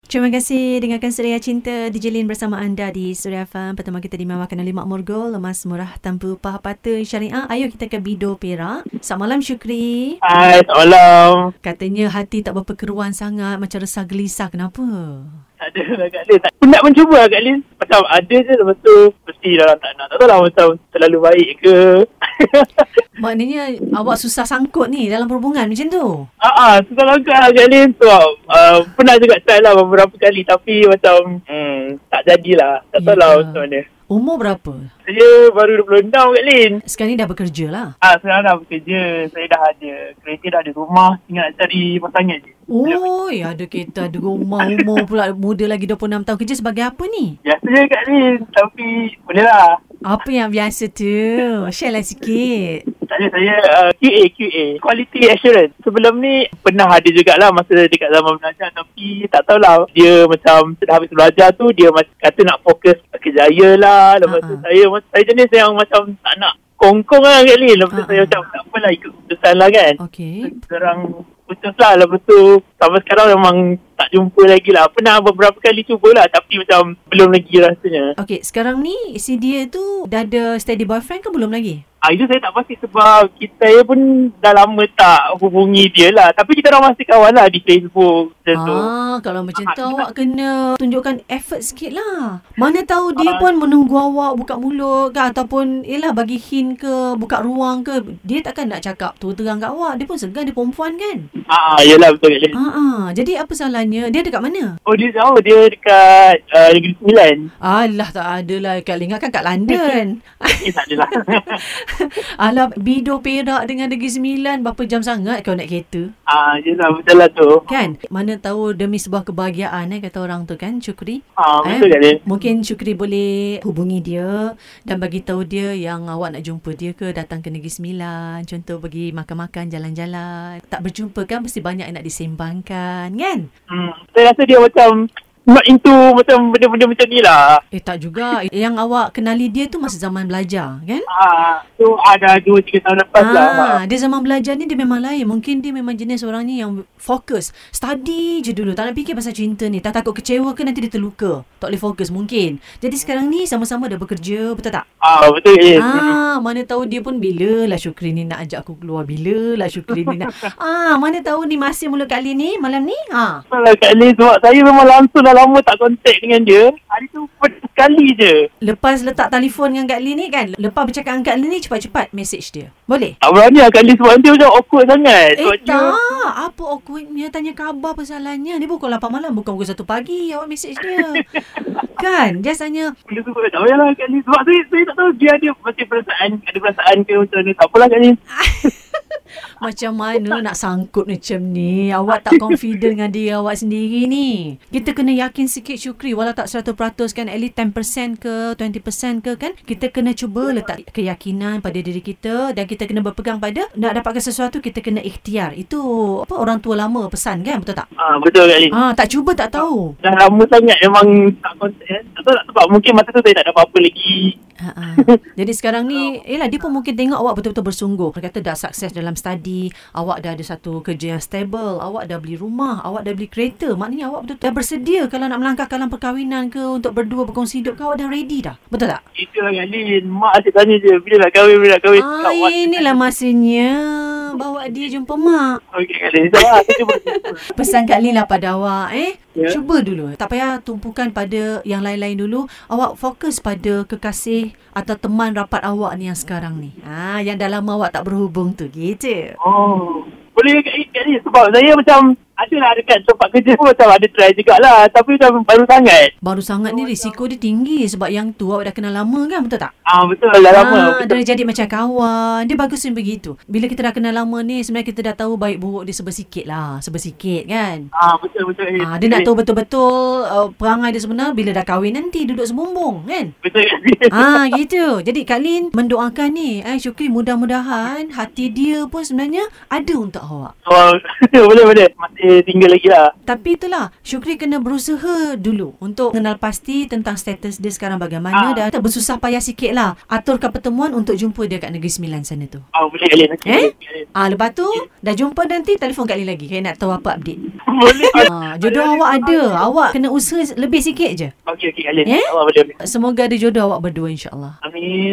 Terima kasih dengarkan Suria Cinta DJ Lin bersama anda di Suria FM. Pertama kita dimawakan oleh Mak Murgul, Lemas Murah Tanpa Upah Pata Syariah. Ayo kita ke Bido Perak. Selamat malam Syukri. Hai, tolong. Katanya hati tak berapa keruan sangat, macam resah gelisah. Kenapa? Tak ada lah Kak Lin. Tak, pun nak mencuba lah Kak Lin. Macam ada je lepas tu mesti dalam tak nak. Tak tahu lah macam terlalu baik ke. Maknanya awak susah sangkut ni dalam perhubungan macam tu? Ah, ah, susah langkah lah Kak Lin. Sebab uh, pernah juga try lah beberapa kali tapi macam hmm, tak jadilah. Tak tahu lah Ya. macam mana. Umur berapa? Saya baru 26 Kak Lin. Sekarang ni dah bekerja lah. Ah, sekarang dah bekerja. Saya dah ada kereta, dah ada rumah. Tinggal nak cari pasangan je. Oi, ada kereta, ada rumah, umur pula muda lagi 26 tahun kerja sebagai apa ni? Biasanya Kak Lin. Tapi boleh lah. Apa yang biasa tu? Share lah sikit. Saya saya uh, QA QA Quality Assurance. Sebelum ni pernah ada jugalah masa dekat zaman belajar tapi tak tahulah dia macam dah habis belajar tu dia macam kata nak fokus kerjaya lah. Lepas tu Ha-ha. saya saya jenis yang macam tak nak kongkong lah kat ni. Lepas tu Ha-ha. saya macam tak apalah ikut keputusan lah kan. Okey. Sekarang putus lah lepas tu sampai sekarang memang tak jumpa lagi lah. Pernah beberapa kali cubalah tapi macam belum lagi rasanya. Okey, sekarang ni si dia tu dah ada steady boyfriend ke belum lagi? Ah, itu saya tak pasti sebab kita saya pun dah lama tak hubungi dia lah. Tapi kita orang masih kawan lah di Facebook macam tu. Ah, kalau macam tu Ah, awak kena tunjukkan effort sikit lah. Mana tahu dia Ah. pun menunggu awak buka mulut ke ataupun yelah bagi hint ke, buka ruang ke. Dia takkan nak cakap tu terang kat awak. Dia pun segan, dia perempuan kan? Ah, ah, yelah betul kat Ah, ah. jadi apa salahnya? Dia dekat mana? Oh, dia jauh. Dia dekat uh, Negeri Sembilan. Alah tak adalah Kak Lingat kan kat London Eh, tak adalah. Alah Bido Perak dengan Negeri Sembilan Berapa jam sangat kau nak kereta ah, yelah betul lah tu. Kan Mana tahu demi sebuah kebahagiaan eh Kata orang tu kan Syukri Ah, betul Eh, kat dia. Mungkin Syukri boleh hubungi dia Dan bagi tahu dia yang awak nak jumpa dia ke Datang ke Negeri Sembilan Contoh pergi makan-makan jalan-jalan Tak berjumpa kan Mesti banyak yang nak disembangkan kan Hmm. Saya rasa dia macam not into macam benda-benda macam ni lah. Eh tak juga Yang awak kenali dia tu masa zaman belajar kan Ah, tu ada 2-3 tahun lepas lah. Ah, dia zaman belajar ni dia memang lain. Mungkin dia memang jenis orang ni yang fokus. Study je dulu. Tak nak fikir pasal cinta ni. Tak takut kecewa ke nanti dia terluka. Tak boleh fokus mungkin. Jadi sekarang ni sama-sama dah bekerja. Betul tak? Ah, betul kat dia. Ah, mana tahu dia pun bila lah Syukri ni nak ajak aku keluar. Bila lah Syukri ni nak. Ah, mana tahu ni masih mula kali ni malam ni. Ah. Betul lah Kak Lin sebab saya memang langsung dah lama tak kontak dengan dia. Ah, Hari tu pernah sekali je. Lepas letak telefon dengan Kak Lee ni kan. Lepas bercakap dengan Kak Lee ni cepat-cepat message dia. Boleh? Tak berani lah Kak Lee sebab dia macam awkward sangat. Eh sebab dia, tak, apa awkwardnya tanya khabar persoalannya. Dia pukul 8 malam, bukan pukul 1 pagi awak message dia. kan, just hanya benda tu tak payahlah Kak Lee. Sebab saya, saya tak tahu dia ada macam perasaan, ada perasaan ke macam mana. Tak apalah Kak Lee. macam mana nak sangkut macam ni. Awak tak confident dengan dia awak sendiri ni. Kita kena yakin sikit syukri. Walau tak 100% kan, at least 10% ke 20% ke kan. Kita kena cuba letak keyakinan pada diri kita. Dan kita kena berpegang pada nak dapatkan sesuatu, kita kena ikhtiar. Itu apa orang tua lama pesan kan, betul tak? Ah, betul Kak Lee. Ah, tak cuba tak tahu. Dah lama sangat memang tak kontak. Eh. Tak tahu tak sebab mungkin masa tu saya tak ada apa-apa lagi. Ha-ha. Ha, Jadi sekarang ni Yelah dia pun mungkin tengok awak betul-betul bersungguh Dia kata dah sukses dalam study Awak dah ada satu kerja yang stable Awak dah beli rumah Awak dah beli kereta Maknanya awak betul-betul dah bersedia Kalau nak melangkah dalam perkahwinan ke Untuk berdua berkongsi hidup ke Awak dah ready dah Betul tak? Itulah lah, Kak Lee. Mak asyik tanya je, bila nak kahwin, bila nak kahwin. Ah, Kak, what- inilah masanya Bawa dia jumpa mak Okey Kak Lee. Sabar, saya cuba. cuba. Pesan Kak Lin lah pada awak eh Ya. Cuba dulu Tak payah tumpukan pada yang lain-lain dulu Awak fokus pada kekasih Atau teman rapat awak ni yang sekarang ni ha, Yang dah lama awak tak berhubung tu Gitu Oh. Boleh Kak Lee, Kak Lee. Sebab saya macam, adalah dekat tempat kerja pun macam ada try jugalah. Tapi macam baru sangat. Baru sangat ni risiko dia tinggi Sebab yang tu awak dah kenal lama kan Betul tak? Ah, betul dah Ah, lama. Betul. dah jadi macam kawan Dia bagus ni begitu Bila kita dah kenal lama ni Sebenarnya kita dah tahu baik buruk dia serba sikit lah Serba sikit kan Ah, betul betul. Kak Lee. Ah, dia nak tahu betul-betul uh, perangai dia sebenar bila dah kahwin nanti duduk sebumbung kan? Betul Kak Lee. Ah gitu. Jadi Kak Lin mendoakan ni eh Syukri mudah-mudahan hati dia pun sebenarnya ada untuk awak. Oh, Oh, boleh boleh. Masih tinggal lagi lah. Tapi itulah, Syukri kena berusaha dulu untuk kenal pasti tentang status dia sekarang bagaimana Ah. dan tak bersusah payah sikit lah. Aturkan pertemuan untuk jumpa dia kat Negeri Sembilan sana tu. Oh, boleh Alin. Okay, Eh? boleh, Alin. Ah, lepas tu, dah jumpa nanti, telefon Kak Lin lagi. Saya nak tahu apa update. Boleh. Ah, jodoh awak ada. Awak kena usaha lebih sikit je. Okey, okey Alin. Eh? Allah boleh. boleh. Semoga ada jodoh awak berdua insyaAllah. Amin.